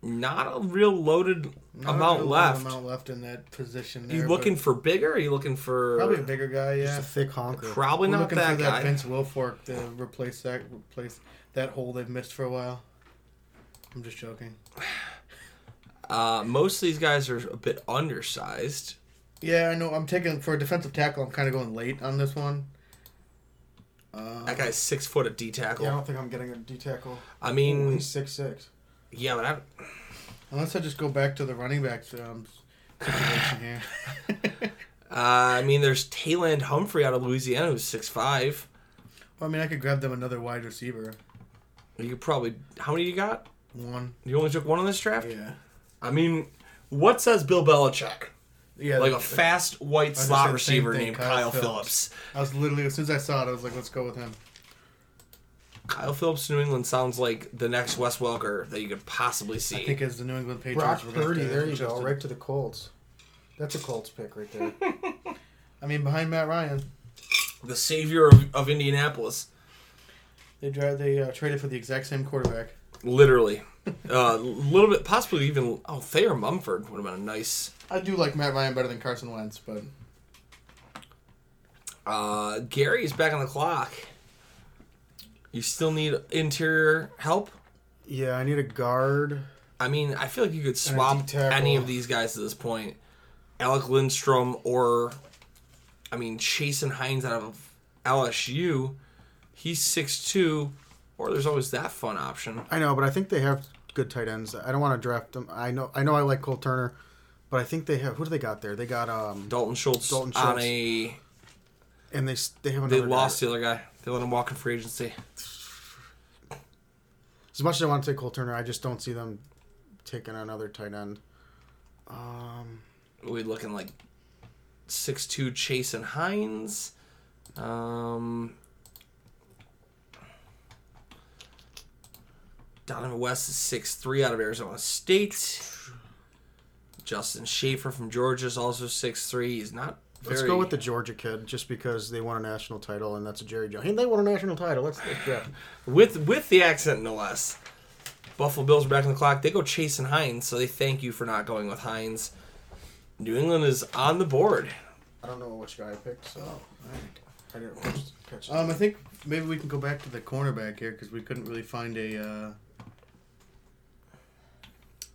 Speaker 1: Not a real loaded
Speaker 2: Not a
Speaker 1: amount
Speaker 2: real
Speaker 1: left.
Speaker 2: Amount left in that position.
Speaker 1: you
Speaker 2: There,
Speaker 1: looking
Speaker 2: but
Speaker 1: for bigger? Or are you looking for
Speaker 2: probably a bigger guy?
Speaker 3: Just
Speaker 2: Yeah.
Speaker 3: a thick honker.
Speaker 1: probably
Speaker 2: We're
Speaker 1: not
Speaker 2: looking
Speaker 1: that
Speaker 2: for
Speaker 1: guy.
Speaker 2: that Vince Wilfork to replace that replace that hole they've missed for a while. I'm just joking.
Speaker 1: uh, most of these guys are a bit undersized.
Speaker 2: Yeah, I know. I'm taking for a defensive tackle. I'm kind of going late on this one. Uh,
Speaker 1: That guy's six foot at D tackle.
Speaker 3: Yeah, I don't think I'm getting a D tackle.
Speaker 1: I
Speaker 3: Ooh,
Speaker 1: mean,
Speaker 3: he's six six.
Speaker 1: yeah, but I,
Speaker 2: Unless I just go back to the running backs um, situation here.
Speaker 1: uh, I mean, there's Tayland Humphrey out of Louisiana who's six five.
Speaker 2: well, I mean, I could grab them another wide receiver.
Speaker 1: You could probably how many you got?
Speaker 2: One.
Speaker 1: You only took one on this draft.
Speaker 2: Yeah.
Speaker 1: I mean, what says Bill Belichick?
Speaker 2: Yeah.
Speaker 1: like a
Speaker 2: that-
Speaker 1: fast white
Speaker 2: just
Speaker 1: slot
Speaker 2: said the same
Speaker 1: receiver
Speaker 2: thing,
Speaker 1: named Kyle,
Speaker 2: Kyle
Speaker 1: Phillips.
Speaker 2: I was literally as soon as I saw it, I was like, let's go with him.
Speaker 1: Kyle Phillips, to New England sounds like the next Wes Welker that you could possibly see.
Speaker 2: I think as the New England Patriots,
Speaker 3: Brock
Speaker 2: we're gonna have
Speaker 3: Purdy,
Speaker 2: to
Speaker 3: there you
Speaker 2: adjust
Speaker 3: go,
Speaker 2: it.
Speaker 3: right to the Colts. That's a Colts pick right there.
Speaker 2: I mean, behind Matt Ryan,
Speaker 1: the savior of, of Indianapolis,
Speaker 2: they dra- they uh, traded for the exact same quarterback.
Speaker 1: literally. Uh, A little bit, possibly even. Oh, Thayer Mumford would have been a nice.
Speaker 2: I do like Matt Ryan better than Carson Wentz, but
Speaker 1: Uh, Gary is back on the clock. You still need interior help.
Speaker 3: yeah, I need a guard.
Speaker 1: I mean, I feel like you could swap
Speaker 3: D-tackle.
Speaker 1: any of these guys at this point. Alec Lindstrom or, I mean, Chasen Hines out of LSU He's six two, or there's always that fun option.
Speaker 3: I know, but I think they have good tight ends. I don't want to draft them. I know, I know, I like Cole Turner, but I think they have. Who do they got there? They got um,
Speaker 1: Dalton Schultz,
Speaker 3: Dalton
Speaker 1: on
Speaker 3: Schultz.
Speaker 1: a
Speaker 3: and they s- they have another.
Speaker 1: they
Speaker 3: guy.
Speaker 1: lost the other guy. They let him walk in free agency.
Speaker 3: As much as I want to take Cole Turner, I just don't see them taking another tight end. Um,
Speaker 1: We looking like six two Chase and Hines. Um Donovan West is six three out of Arizona State. Justin Schaefer from Georgia is also six three. He's not very
Speaker 3: let's go with the Georgia kid, just because they won a national title, and that's a Jerry Jones. Hey, they won a national title. Let's, let's draft. him.
Speaker 1: with with the accent no less. Buffalo Bills are back on the clock. They go chasing Hines, so they thank you for not going with Hines. New England is on the board.
Speaker 3: I don't know which guy I picked, so I didn't catch it.
Speaker 2: Um, I think maybe we can go back to the cornerback here because we couldn't really find a. Uh,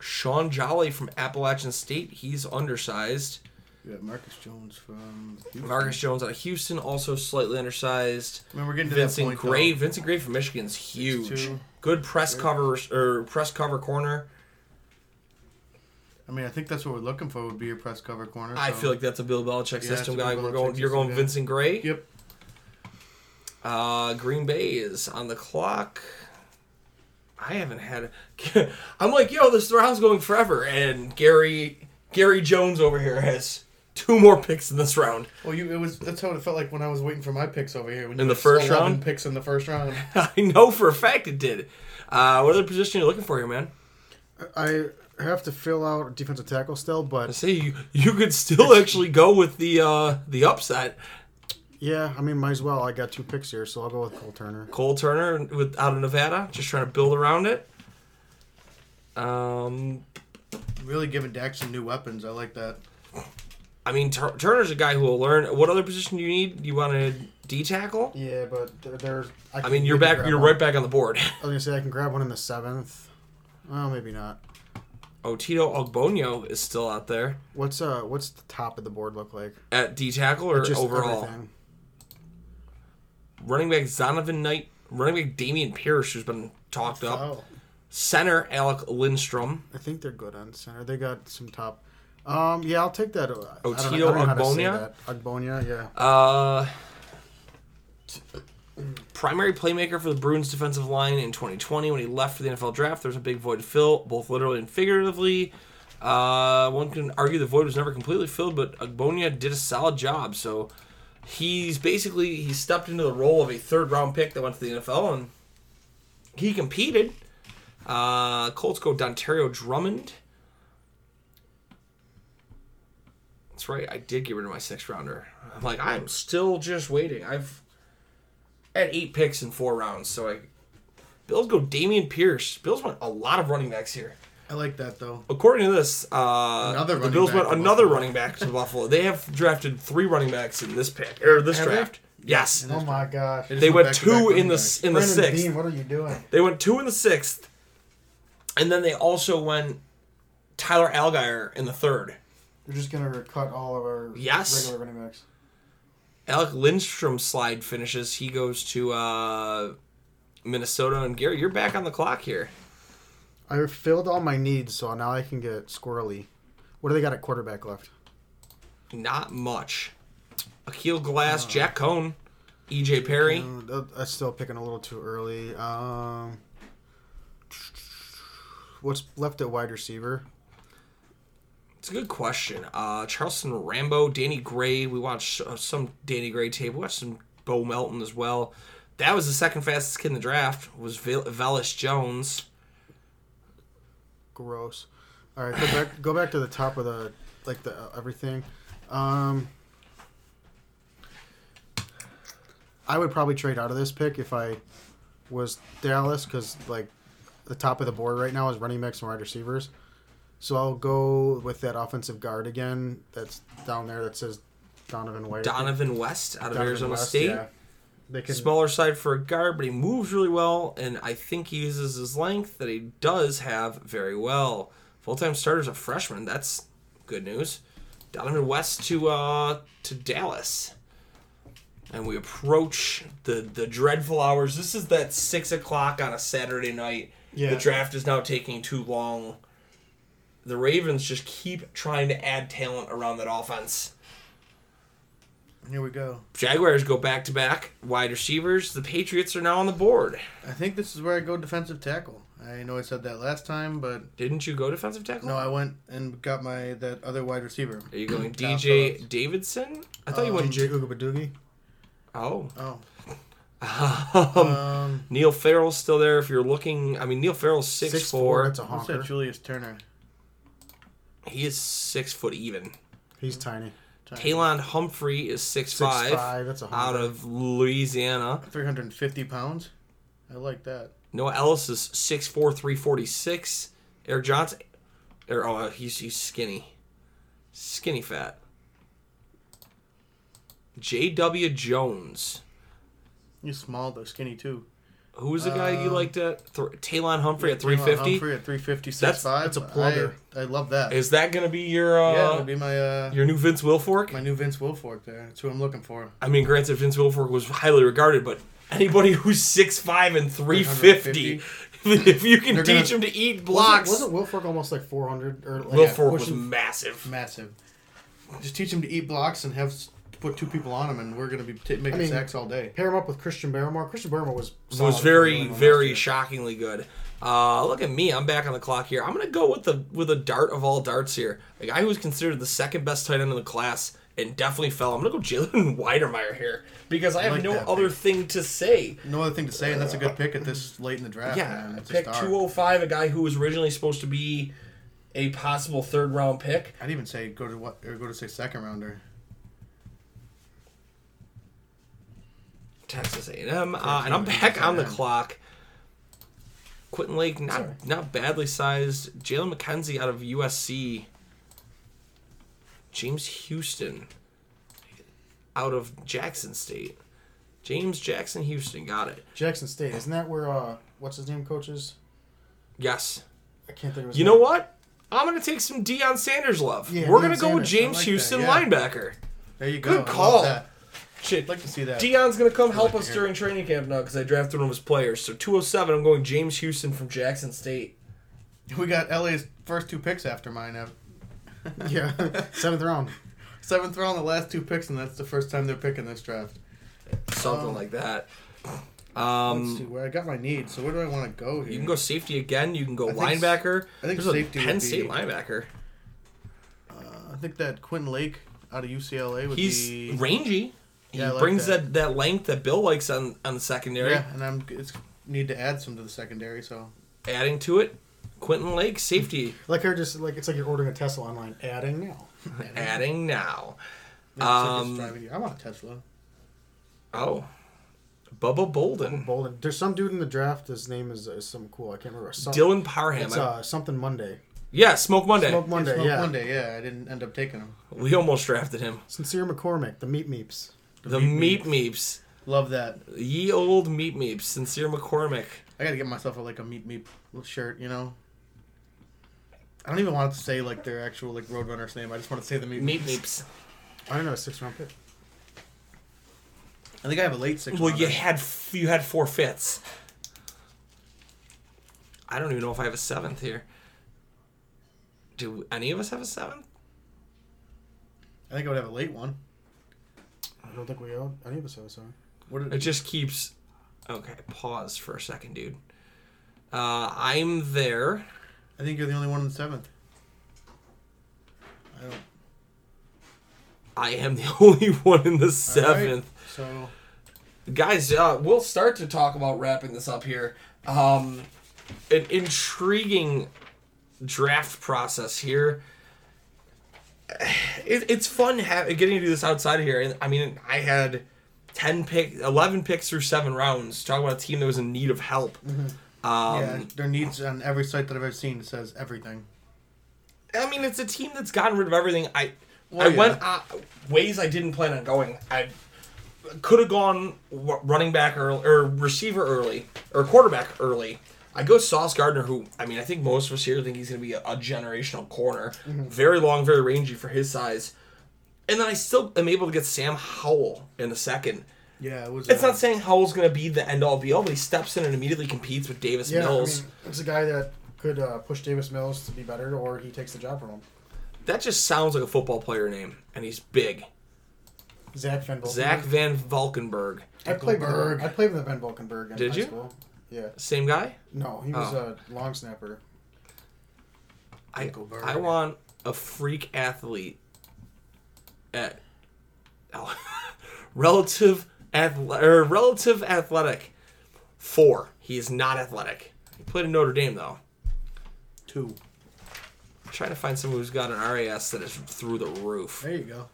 Speaker 1: Sean Jolly from Appalachian State. He's undersized.
Speaker 2: yeah, Marcus Jones from. Houston.
Speaker 1: Marcus Jones out of Houston, also slightly undersized.
Speaker 2: I mean, we're getting to
Speaker 1: Vincent
Speaker 2: that point.
Speaker 1: Gray.
Speaker 2: though.
Speaker 1: Vincent Gray from Michigan's huge.
Speaker 2: 6'2".
Speaker 1: Good press cover or press cover corner.
Speaker 2: I mean, I think that's what we're looking for would be your press cover corner.
Speaker 1: I
Speaker 2: so-
Speaker 1: feel like that's a Bill Belichick
Speaker 2: Yeah,
Speaker 1: system
Speaker 2: it's a
Speaker 1: guy.
Speaker 2: Bill
Speaker 1: We're
Speaker 2: Belichick
Speaker 1: going. You're
Speaker 2: system
Speaker 1: going
Speaker 2: guy.
Speaker 1: Vincent Gray.
Speaker 2: Yep.
Speaker 1: Uh, Green Bay is on the clock. I haven't had. A, I'm like, yo, this round's going forever, and Gary Gary Jones over here has two more picks in this round.
Speaker 2: Well, you it was that's how it felt like when I was waiting for my picks over here. When
Speaker 1: In the
Speaker 2: you had
Speaker 1: first
Speaker 2: 11
Speaker 1: round?
Speaker 2: picks in the first round.
Speaker 1: I know for a fact it did. Uh, what other position you looking for here, man?
Speaker 3: I have to fill out defensive tackle still,
Speaker 1: I
Speaker 3: but
Speaker 1: say you you could still actually go with the uh, the upset.
Speaker 3: yeah, I mean, might as well. I got two picks here, so I'll go with Cole Turner.
Speaker 1: Cole Turner with out of Nevada, just trying to build around it. Um,
Speaker 2: really giving Dak some new weapons. I like that.
Speaker 1: I mean, Tur- Turner's a guy who will learn. What other position do you need? You want a D tackle?
Speaker 3: Yeah, but there- there's.
Speaker 1: I
Speaker 3: can-
Speaker 1: mean, you're
Speaker 3: we can
Speaker 1: back.
Speaker 3: grab
Speaker 1: You're
Speaker 3: one.
Speaker 1: right back on the board.
Speaker 3: I was gonna say I can grab one in the seventh. Well, maybe not.
Speaker 1: Otito Ogbonyo is still out there
Speaker 3: What's uh, what's the top of the board look like?
Speaker 1: at D tackle or overall.
Speaker 3: everything.
Speaker 1: Running back Zonovan Knight, running back Damian Pierce, who's been talked up.
Speaker 3: Oh,
Speaker 1: Center Alec Lindstrom,
Speaker 3: I think they're good on center. They got some top. Um, yeah, I'll take that. Otito
Speaker 1: Otito Ogbonia?
Speaker 3: Ogbonia, yeah.
Speaker 1: uh, primary playmaker for the Bruins defensive line in 2020 when he left for the NFL draft. There's a big void to fill, both literally and figuratively. Uh, one can argue the void was never completely filled, but Ogbonia did a solid job. So he's basically he stepped into the role of a third round pick that went to the NFL and he competed. Uh, Colts go Dontario Drummond. That's right. I did get rid of my sixth rounder. I'm like, I'm still just waiting. I've had eight picks in four rounds, so I. Bills go Damian Pierce. Bills went a lot of running backs here.
Speaker 2: I like that though.
Speaker 1: According to this, uh,
Speaker 2: Another
Speaker 1: the
Speaker 2: running
Speaker 1: Bills
Speaker 2: back
Speaker 1: went
Speaker 2: to
Speaker 1: another
Speaker 2: Buffalo.
Speaker 1: running back to Buffalo. They have drafted three running backs in this pick or this
Speaker 3: Have they?
Speaker 1: draft. Yes,
Speaker 3: Oh my gosh.
Speaker 1: they
Speaker 2: Just
Speaker 1: went
Speaker 2: back-to-back
Speaker 1: two in
Speaker 2: running
Speaker 1: the
Speaker 2: backs.
Speaker 1: in the
Speaker 3: Brendan
Speaker 1: sixth.
Speaker 3: Bean, what are you doing?
Speaker 1: They went two in the sixth, and then they also went Tyler Algier in the third.
Speaker 3: You're just gonna cut all of our
Speaker 1: Yes.
Speaker 3: regular running backs.
Speaker 1: Alec Lindstrom slide finishes. He goes to uh, Minnesota, and Gary, you're back on the clock here.
Speaker 3: I filled all my needs, so now I can get squirrely. What do they got at quarterback left?
Speaker 1: Not much. Akil Glass, Jack Cohn, E.J. Perry.
Speaker 3: Uh, that- That's still picking a little too early. Um, what's left at wide receiver?
Speaker 1: It's a good question. Uh, Charleston Rambo, Danny Gray. We watched uh, some Danny Gray tape. We watched some Bo Melton as well. That was the second fastest kid in the draft. Was Val- Valis Jones.
Speaker 3: Gross. All right, go back. Go back to the top of the like the uh, everything. Um, I would probably trade out of this pick if I was Dallas because like the top of the board right now is running backs and wide receivers. So I'll go with that offensive guard again. That's down there. That says Donovan White.
Speaker 1: Donovan West out of
Speaker 3: Donovan
Speaker 1: Arizona
Speaker 3: West,
Speaker 1: State.
Speaker 3: yeah. They can
Speaker 1: Smaller side for a guard, but he moves really well, and I think he uses his length that he does have very well. Full time starter's a freshman. That's good news. Donovan West to uh to Dallas. and we approach the the dreadful hours. This is that six o'clock on a Saturday night.
Speaker 3: Yeah.
Speaker 1: The draft is now taking too long. The Ravens just keep trying to add talent around that offense.
Speaker 2: Here we go.
Speaker 1: Jaguars go back to back wide receivers. The Patriots are now on the board.
Speaker 2: I think this is where I go defensive tackle. I know I said that last time, but
Speaker 1: Didn't you go defensive tackle?
Speaker 2: no, I went and got my that other wide receiver.
Speaker 1: Are you going
Speaker 2: Top
Speaker 1: DJ
Speaker 2: thoughts.
Speaker 1: Davidson? I thought you
Speaker 2: Um,
Speaker 1: went. J-
Speaker 3: Oogabadugi.
Speaker 1: oh.
Speaker 2: Oh,
Speaker 1: Um,
Speaker 2: um,
Speaker 1: Neil Farrell's still there. If you're looking, I mean, Neil Farrell's six,
Speaker 3: Six four.
Speaker 1: four.
Speaker 3: That's a
Speaker 2: what's that?
Speaker 3: honker.
Speaker 2: Julius Turner.
Speaker 1: He is six foot even.
Speaker 3: He's tiny.
Speaker 1: Talon Humphrey is six, five,
Speaker 3: five, that's a
Speaker 1: out
Speaker 3: hundred.
Speaker 1: of Louisiana.
Speaker 2: 350 pounds. I like that.
Speaker 1: Noah Ellis is six four three forty six. Eric Johnson, or, oh, he's he's skinny, skinny fat. J.W. Jones.
Speaker 2: He's small though, skinny too.
Speaker 1: Who was the guy you liked at th- Talon Humphrey at
Speaker 2: Taylor
Speaker 1: 350?
Speaker 2: Um, Humphrey at 350,
Speaker 1: That's-
Speaker 2: 6'5".
Speaker 3: that's a plugger.
Speaker 2: I, I love that.
Speaker 1: Is that going to be your uh,
Speaker 2: yeah, it'll be my uh,
Speaker 1: your new Vince Wilfork?
Speaker 2: my new Vince Wilfork there. That's who I'm looking for.
Speaker 1: I mean, granted, Vince Wilfork was highly regarded, but anybody who's 6'5 and 350, if you can
Speaker 2: They're
Speaker 1: teach
Speaker 2: gonna-
Speaker 1: him to eat
Speaker 3: Wasn't,
Speaker 1: blocks.
Speaker 3: wasn't Wilfork almost like 400? Or like
Speaker 1: Wilfork was
Speaker 3: pushing-
Speaker 1: massive.
Speaker 2: Massive. Just teach him to eat blocks and have s- put two people on him, and we're gonna be t- making
Speaker 3: I mean-
Speaker 2: sacks all day.
Speaker 3: Pair him up with Christian Barrymore. Christian Barrymore was solid
Speaker 1: was
Speaker 3: for
Speaker 1: very,
Speaker 3: Cleveland last
Speaker 1: very
Speaker 3: year.
Speaker 1: shockingly good. Uh, look at me, I'm back on the clock here. I'm gonna go with the with a dart of all darts here. A guy who was considered the second best tight end in the class and definitely fell. I'm gonna go Jalen Weidermeyer here because I have
Speaker 2: like
Speaker 1: no
Speaker 2: that
Speaker 1: other thing to say.
Speaker 2: No other thing to say, and that's a good pick at this late in the draft.
Speaker 1: Yeah,
Speaker 2: man. It's a
Speaker 1: pick
Speaker 2: star.
Speaker 1: 205, a guy who was originally supposed to be a possible third round pick.
Speaker 2: I'd even say go to what or go to say second rounder.
Speaker 1: Texas A&M, uh, and I'm back on the clock. Quinton Lake, not not badly sized. Jalen McKenzie out of USC. James Houston out of Jackson State. James Jackson Houston, got it.
Speaker 3: Jackson State. Isn't that where, uh, what's his name, coaches?
Speaker 1: Yes.
Speaker 3: I can't think of his
Speaker 1: You
Speaker 3: name.
Speaker 1: know what? I'm gonna take some Deion Sanders love.
Speaker 3: Yeah,
Speaker 1: We're
Speaker 3: Deion
Speaker 1: gonna go with
Speaker 3: Sanders. I
Speaker 1: James
Speaker 2: like that,
Speaker 1: Houston,
Speaker 2: yeah.
Speaker 1: linebacker.
Speaker 2: There you go.
Speaker 1: Good
Speaker 2: I love
Speaker 1: call.
Speaker 2: that.
Speaker 1: Shit,
Speaker 2: I'd like to see that.
Speaker 1: Dion's gonna come help
Speaker 2: to
Speaker 1: us
Speaker 2: hear
Speaker 1: during training camp now because I drafted one of his players. So 207, I'm going James Houston from Jackson State.
Speaker 2: we got LA's first two picks after mine. I've-
Speaker 3: Yeah. Seventh round.
Speaker 2: Seventh round, the last two picks, and that's the first time they're picking this draft.
Speaker 1: something like that.
Speaker 2: Let's see
Speaker 1: Um,
Speaker 2: where I got my need. So where do I want to go here?
Speaker 1: you can go safety again. You can go
Speaker 2: I think s-
Speaker 1: linebacker.
Speaker 2: I think
Speaker 1: There's
Speaker 2: safety
Speaker 1: a
Speaker 2: would
Speaker 1: Penn State
Speaker 2: be-
Speaker 1: linebacker.
Speaker 2: I think that Quentin Lake out of UCLA would
Speaker 1: He's
Speaker 2: be.
Speaker 1: rangy. He
Speaker 2: Yeah, I like
Speaker 1: brings that.
Speaker 2: that.
Speaker 1: That, length that Bill likes on on the secondary.
Speaker 2: Yeah, and I'm it's, need to add some to the secondary. So
Speaker 1: Adding to it, Quentin Lake safety.
Speaker 3: Like, her just, like, it's like you're ordering a Tesla online. Adding now.
Speaker 1: Adding now.
Speaker 2: Yeah, it's like
Speaker 1: Um,
Speaker 2: it's driving you. I want a Tesla.
Speaker 1: Oh, Bubba Bolden,
Speaker 3: Bolden. There's some dude in the draft. His name is, is something cool. I can't remember. Some,
Speaker 1: Dylan Parham.
Speaker 3: It's uh, something Monday.
Speaker 1: yeah, Smoke Monday.
Speaker 3: Smoke Monday,
Speaker 2: Smoke
Speaker 3: yeah.
Speaker 2: Monday, yeah. I didn't end up taking him.
Speaker 1: We almost drafted him.
Speaker 3: Sincere McCormick, the Meat Meeps.
Speaker 1: The meat
Speaker 2: Meep
Speaker 1: meeps.
Speaker 2: Love that.
Speaker 1: Ye old meat meeps. Sincere McCormick.
Speaker 2: I gotta get myself a, like a meep meep little shirt, you know. I don't even want to say like their actual like Roadrunner's name. I just want to say the meep
Speaker 1: Meat meeps.
Speaker 2: Meeps.
Speaker 3: I don't know, six round pick.
Speaker 2: I think I have a late six.
Speaker 1: Well,
Speaker 2: rounder.
Speaker 1: you had you had four fifths. I don't even know if I have a seventh here. Do any of us have a seventh?
Speaker 2: I think I would have a late one.
Speaker 3: I don't think we owe any of us owe sorry.
Speaker 2: What
Speaker 1: It
Speaker 2: did,
Speaker 1: just keeps. Okay, pause for a second, dude. Uh, I'm there.
Speaker 2: I think you're the only one in the seventh. I don't.
Speaker 1: I am the only one in the
Speaker 2: All right,
Speaker 1: seventh.
Speaker 2: So
Speaker 1: guys uh, we'll start to talk about wrapping this up here um, an intriguing draft process here it, it's fun ha- getting to do this outside of here and i mean i had 10 pick 11 picks through seven rounds talking about a team that was in need of help
Speaker 2: yeah,
Speaker 1: Um,
Speaker 2: their needs on every site that I've ever seen says everything.
Speaker 1: i mean it's a team that's gotten rid of everything i
Speaker 2: Well,
Speaker 1: i
Speaker 2: yeah.
Speaker 1: went uh, ways i didn't plan on going i could have gone w- running back early or receiver early or quarterback early. I go Sauce Gardner, who I mean, I think most of us here think he's going to be a, a generational corner, very long, very rangy for his size. And then I still am able to get Sam Howell in the second.
Speaker 2: Yeah, it was.
Speaker 1: It's
Speaker 2: uh,
Speaker 1: not saying Howell's going to be the end all be all, but he steps in and immediately competes with Davis
Speaker 3: Yeah, I mean,
Speaker 1: Mills.
Speaker 3: it's a guy that could uh, push Davis Mills to be better, or he takes the job from him.
Speaker 1: That just sounds like a football player name, and he's big.
Speaker 3: Zach Van Volkenberg.
Speaker 1: Zach Van Valkenburg.
Speaker 3: I played with
Speaker 2: Volkenberg.
Speaker 3: I played with Van Volkenberg in
Speaker 1: Did
Speaker 3: high
Speaker 1: you?
Speaker 3: school. Yeah.
Speaker 1: Same guy?
Speaker 3: No, he was
Speaker 1: Oh.
Speaker 3: a long snapper.
Speaker 1: I,
Speaker 2: Valkenburg.
Speaker 1: I want a freak athlete at oh, relative athle- or relative athletic four. He is not athletic. He played in Notre Dame though.
Speaker 2: two.
Speaker 1: I'm trying to find someone who's got an RAS that is through the roof.
Speaker 2: There you go.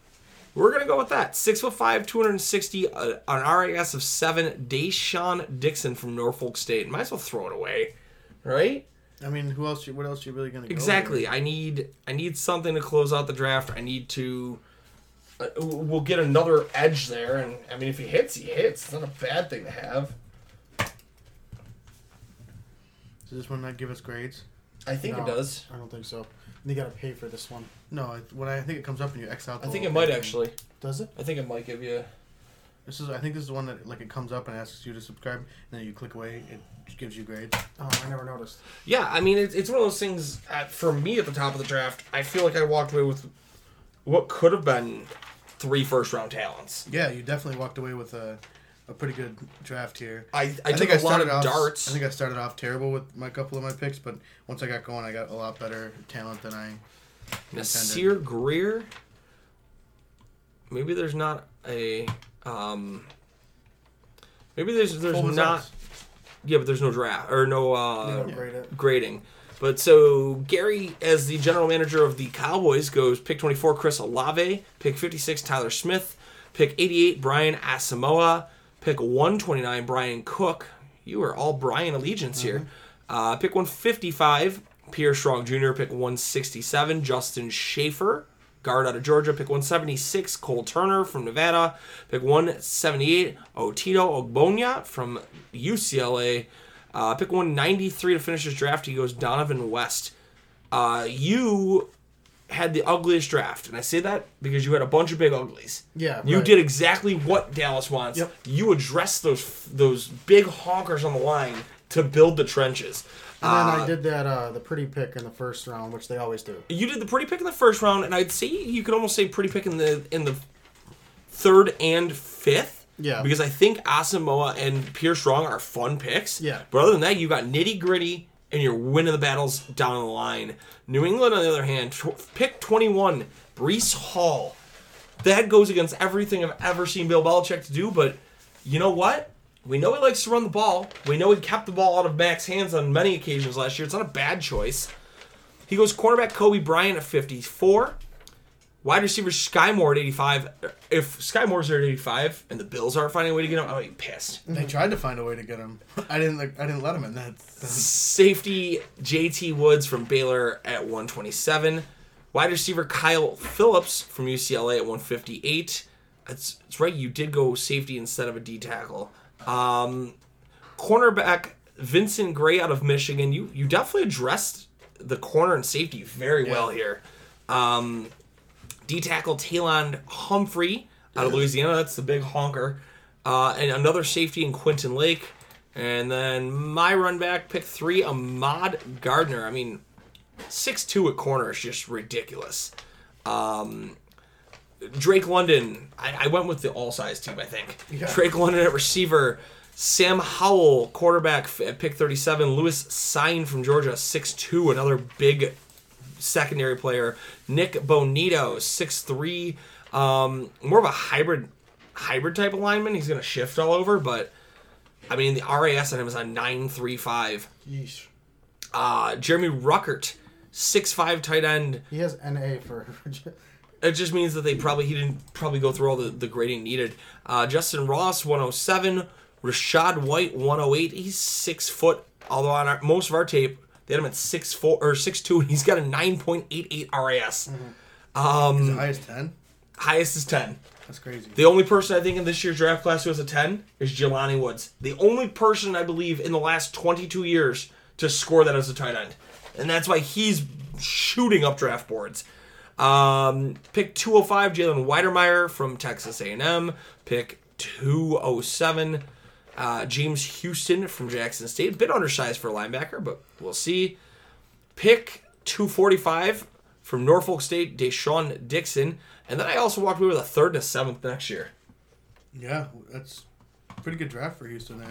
Speaker 1: We're gonna go with that. Six foot five, two hundred and sixty, uh, an RAS of seven. Deshaun Dixon from Norfolk State. Might as well throw it away, right?
Speaker 2: I mean, who else? You, what else you really gonna? Go
Speaker 1: Exactly. I need I need something to close out the draft. I need to. Uh, we'll get another edge there, and I mean, if he hits, he hits. It's not a bad thing to have.
Speaker 2: with? Does this one not give us grades?
Speaker 1: I think
Speaker 3: No,
Speaker 1: it does.
Speaker 3: I don't think so. They got to pay for this one.
Speaker 2: No, I, when I, I think it comes up and you X out.
Speaker 1: I
Speaker 2: The
Speaker 1: think it
Speaker 2: whole
Speaker 1: might
Speaker 2: thing.
Speaker 1: actually.
Speaker 3: Does it?
Speaker 1: I think it might give you.
Speaker 2: This is. I think this is the one that like it comes up and asks you to subscribe, and then you click away. It just gives you grades.
Speaker 3: Oh, I never noticed.
Speaker 1: Yeah, I mean, it's, it's one of those things. At, for me, at the top of the draft, I feel like I walked away with what could have been three first round talents.
Speaker 2: Yeah, you definitely walked away with a, a pretty good draft here.
Speaker 1: I, I, took a lot of
Speaker 2: started off,
Speaker 1: darts.
Speaker 2: I think I started off terrible with my couple of my picks, but once I got going, I got a lot better talent than I.
Speaker 1: Nasir Greer. Maybe there's not a. Um, maybe there's there's not.
Speaker 2: Full results.
Speaker 1: Yeah, but there's no draft or no
Speaker 3: They
Speaker 1: uh,
Speaker 3: don't grade it.
Speaker 1: grading. But so Gary, as the general manager of the Cowboys, goes pick 24 Chris Olave, pick 56 Tyler Smith, pick 88 Brian Asamoah, pick 129 Brian Cook. You are all Brian allegiance here. Uh, pick 155 Pierre Strong Jr. Pick 167 Justin Schaefer, guard out of Georgia. Pick 176 Cole Turner from Nevada. Pick 178 Otito Ogbonya from UCLA. Uh, pick 193 to finish his draft. He goes Donovan West. Uh, you had the ugliest draft, and I say that because you had a bunch of big uglies.
Speaker 3: Yeah,
Speaker 1: you
Speaker 3: right.
Speaker 1: did exactly what Dallas wants.
Speaker 3: Yep.
Speaker 1: You addressed those those big honkers on the line to build the trenches.
Speaker 3: And
Speaker 1: Uh,
Speaker 3: then I did that uh, the pretty pick in the first round, which they always do.
Speaker 1: you did the pretty pick in the first round, and I'd say you could almost say pretty pick in the in the third and fifth.
Speaker 3: Yeah.
Speaker 1: Because I think Asamoah and Pierre Strong are fun picks.
Speaker 3: Yeah.
Speaker 1: But other than that, you got nitty gritty, and you're winning the battles down the line. New England, on the other hand, tw- pick 21, Brees Hall. That goes against everything I've ever seen Bill Belichick to do, but you know what? We know he likes to run the ball. We know he kept the ball out of Mac's hands on many occasions last year. It's not a bad choice. He goes cornerback Kobe Bryant at 54. Wide receiver Sky Moore at 85. If Sky Moore's there at 85 and the Bills aren't finding a way to get him, I'm gonna be pissed.
Speaker 2: They tried to find a way to get him. I didn't. Like, I didn't let him in. That's
Speaker 1: Safety JT Woods from Baylor at 127. Wide receiver Kyle Phillips from UCLA at 158. That's, that's right, you did go safety instead of a D tackle. Um, cornerback Vincent Gray out of Michigan. You you definitely addressed the corner and safety very well here. D tackle Talon Humphrey out of Louisiana. That's the big honker. Uh, and another safety in Quinton Lake. And then my run back, pick three, Ahmad Gardner. I mean, six two at corner is just ridiculous. Um, Drake London. I, I went with the all size team, I think. Drake London at receiver. Sam Howell, quarterback f- at pick 37. Lewis Sign from Georgia, six two, another big secondary player. Nick Bonito, 6'3", um, more of a hybrid hybrid type of lineman. He's gonna shift all over, but I mean the RAS on him is a 935.
Speaker 3: Yeesh.
Speaker 1: Uh Jeremy Ruckert, 6'5 tight end.
Speaker 3: He has NA for.
Speaker 1: It just means that they probably he didn't probably go through all the, the grading needed. Uh, Justin Ross, 107. Rashad White, 108. He's six foot. Although on our, most of our tape, they had him at six four or six two, and he's got a 9.88 RAS.
Speaker 2: the highest ten.
Speaker 1: Highest is 10.
Speaker 2: That's crazy.
Speaker 1: The only person I think in this year's draft class who has a 10 is Jelani Woods. The only person I believe in the last 22 years to score that as a tight end. And that's why he's shooting up draft boards. oh Um, pick 205, Jalen Weidermeyer from Texas A&M. Pick 207. Uh, James Houston from Jackson State, a bit undersized for a linebacker, but we'll see. Pick 245 from Norfolk State, Deshaun Dixon. And then I also walked away with a third and a seventh next year.
Speaker 2: Yeah, that's pretty good draft for Houston there.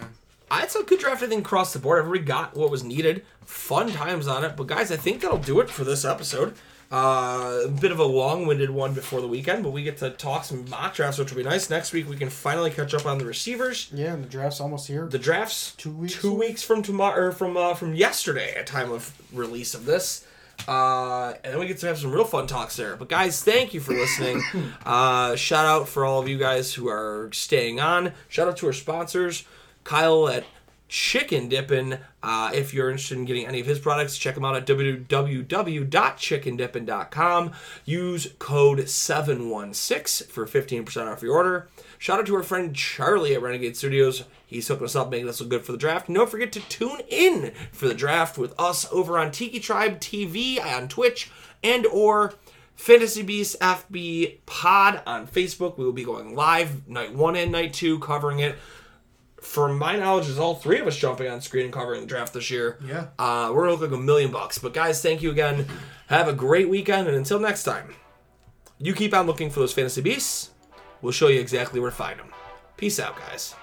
Speaker 1: I had some good draft, I think, across the board. Everybody got what was needed. Fun times on it. But, guys, I think that'll do it for this episode. Uh, a bit of a long winded one before the weekend, but we get to talk some mock drafts, which will be nice. Next week, we can finally catch up on the receivers.
Speaker 3: Yeah, and the draft's almost here.
Speaker 1: The draft's
Speaker 3: Two weeks
Speaker 1: two
Speaker 3: away?
Speaker 1: weeks from tomorrow, or from, uh, from yesterday at time of release of this. Uh, and then we get to have some real fun talks there. But, guys, thank you for listening. uh, shout out for all of you guys who are staying on. Shout out to our sponsors. Kyle at Chicken Dippin'. Uh, if you're interested in getting any of his products, check him out at www.chickendippin.com. Use code 716 for 15% off your order. Shout out to our friend Charlie at Renegade Studios. He's hooking us up, making us look good for the draft. And don't forget to tune in for the draft with us over on Tiki Tribe TV on Twitch and or Fantasy Beasts FB Pod on Facebook. We will be going live night one and night two, covering it from my knowledge, is all three of us jumping on screen and covering the draft this year.
Speaker 2: Yeah.
Speaker 1: Uh, we're going to look like a million bucks. But, guys, thank you again. Have a great weekend. And until next time, you keep on looking for those fantasy beasts. We'll show you exactly where to find them. Peace out, guys.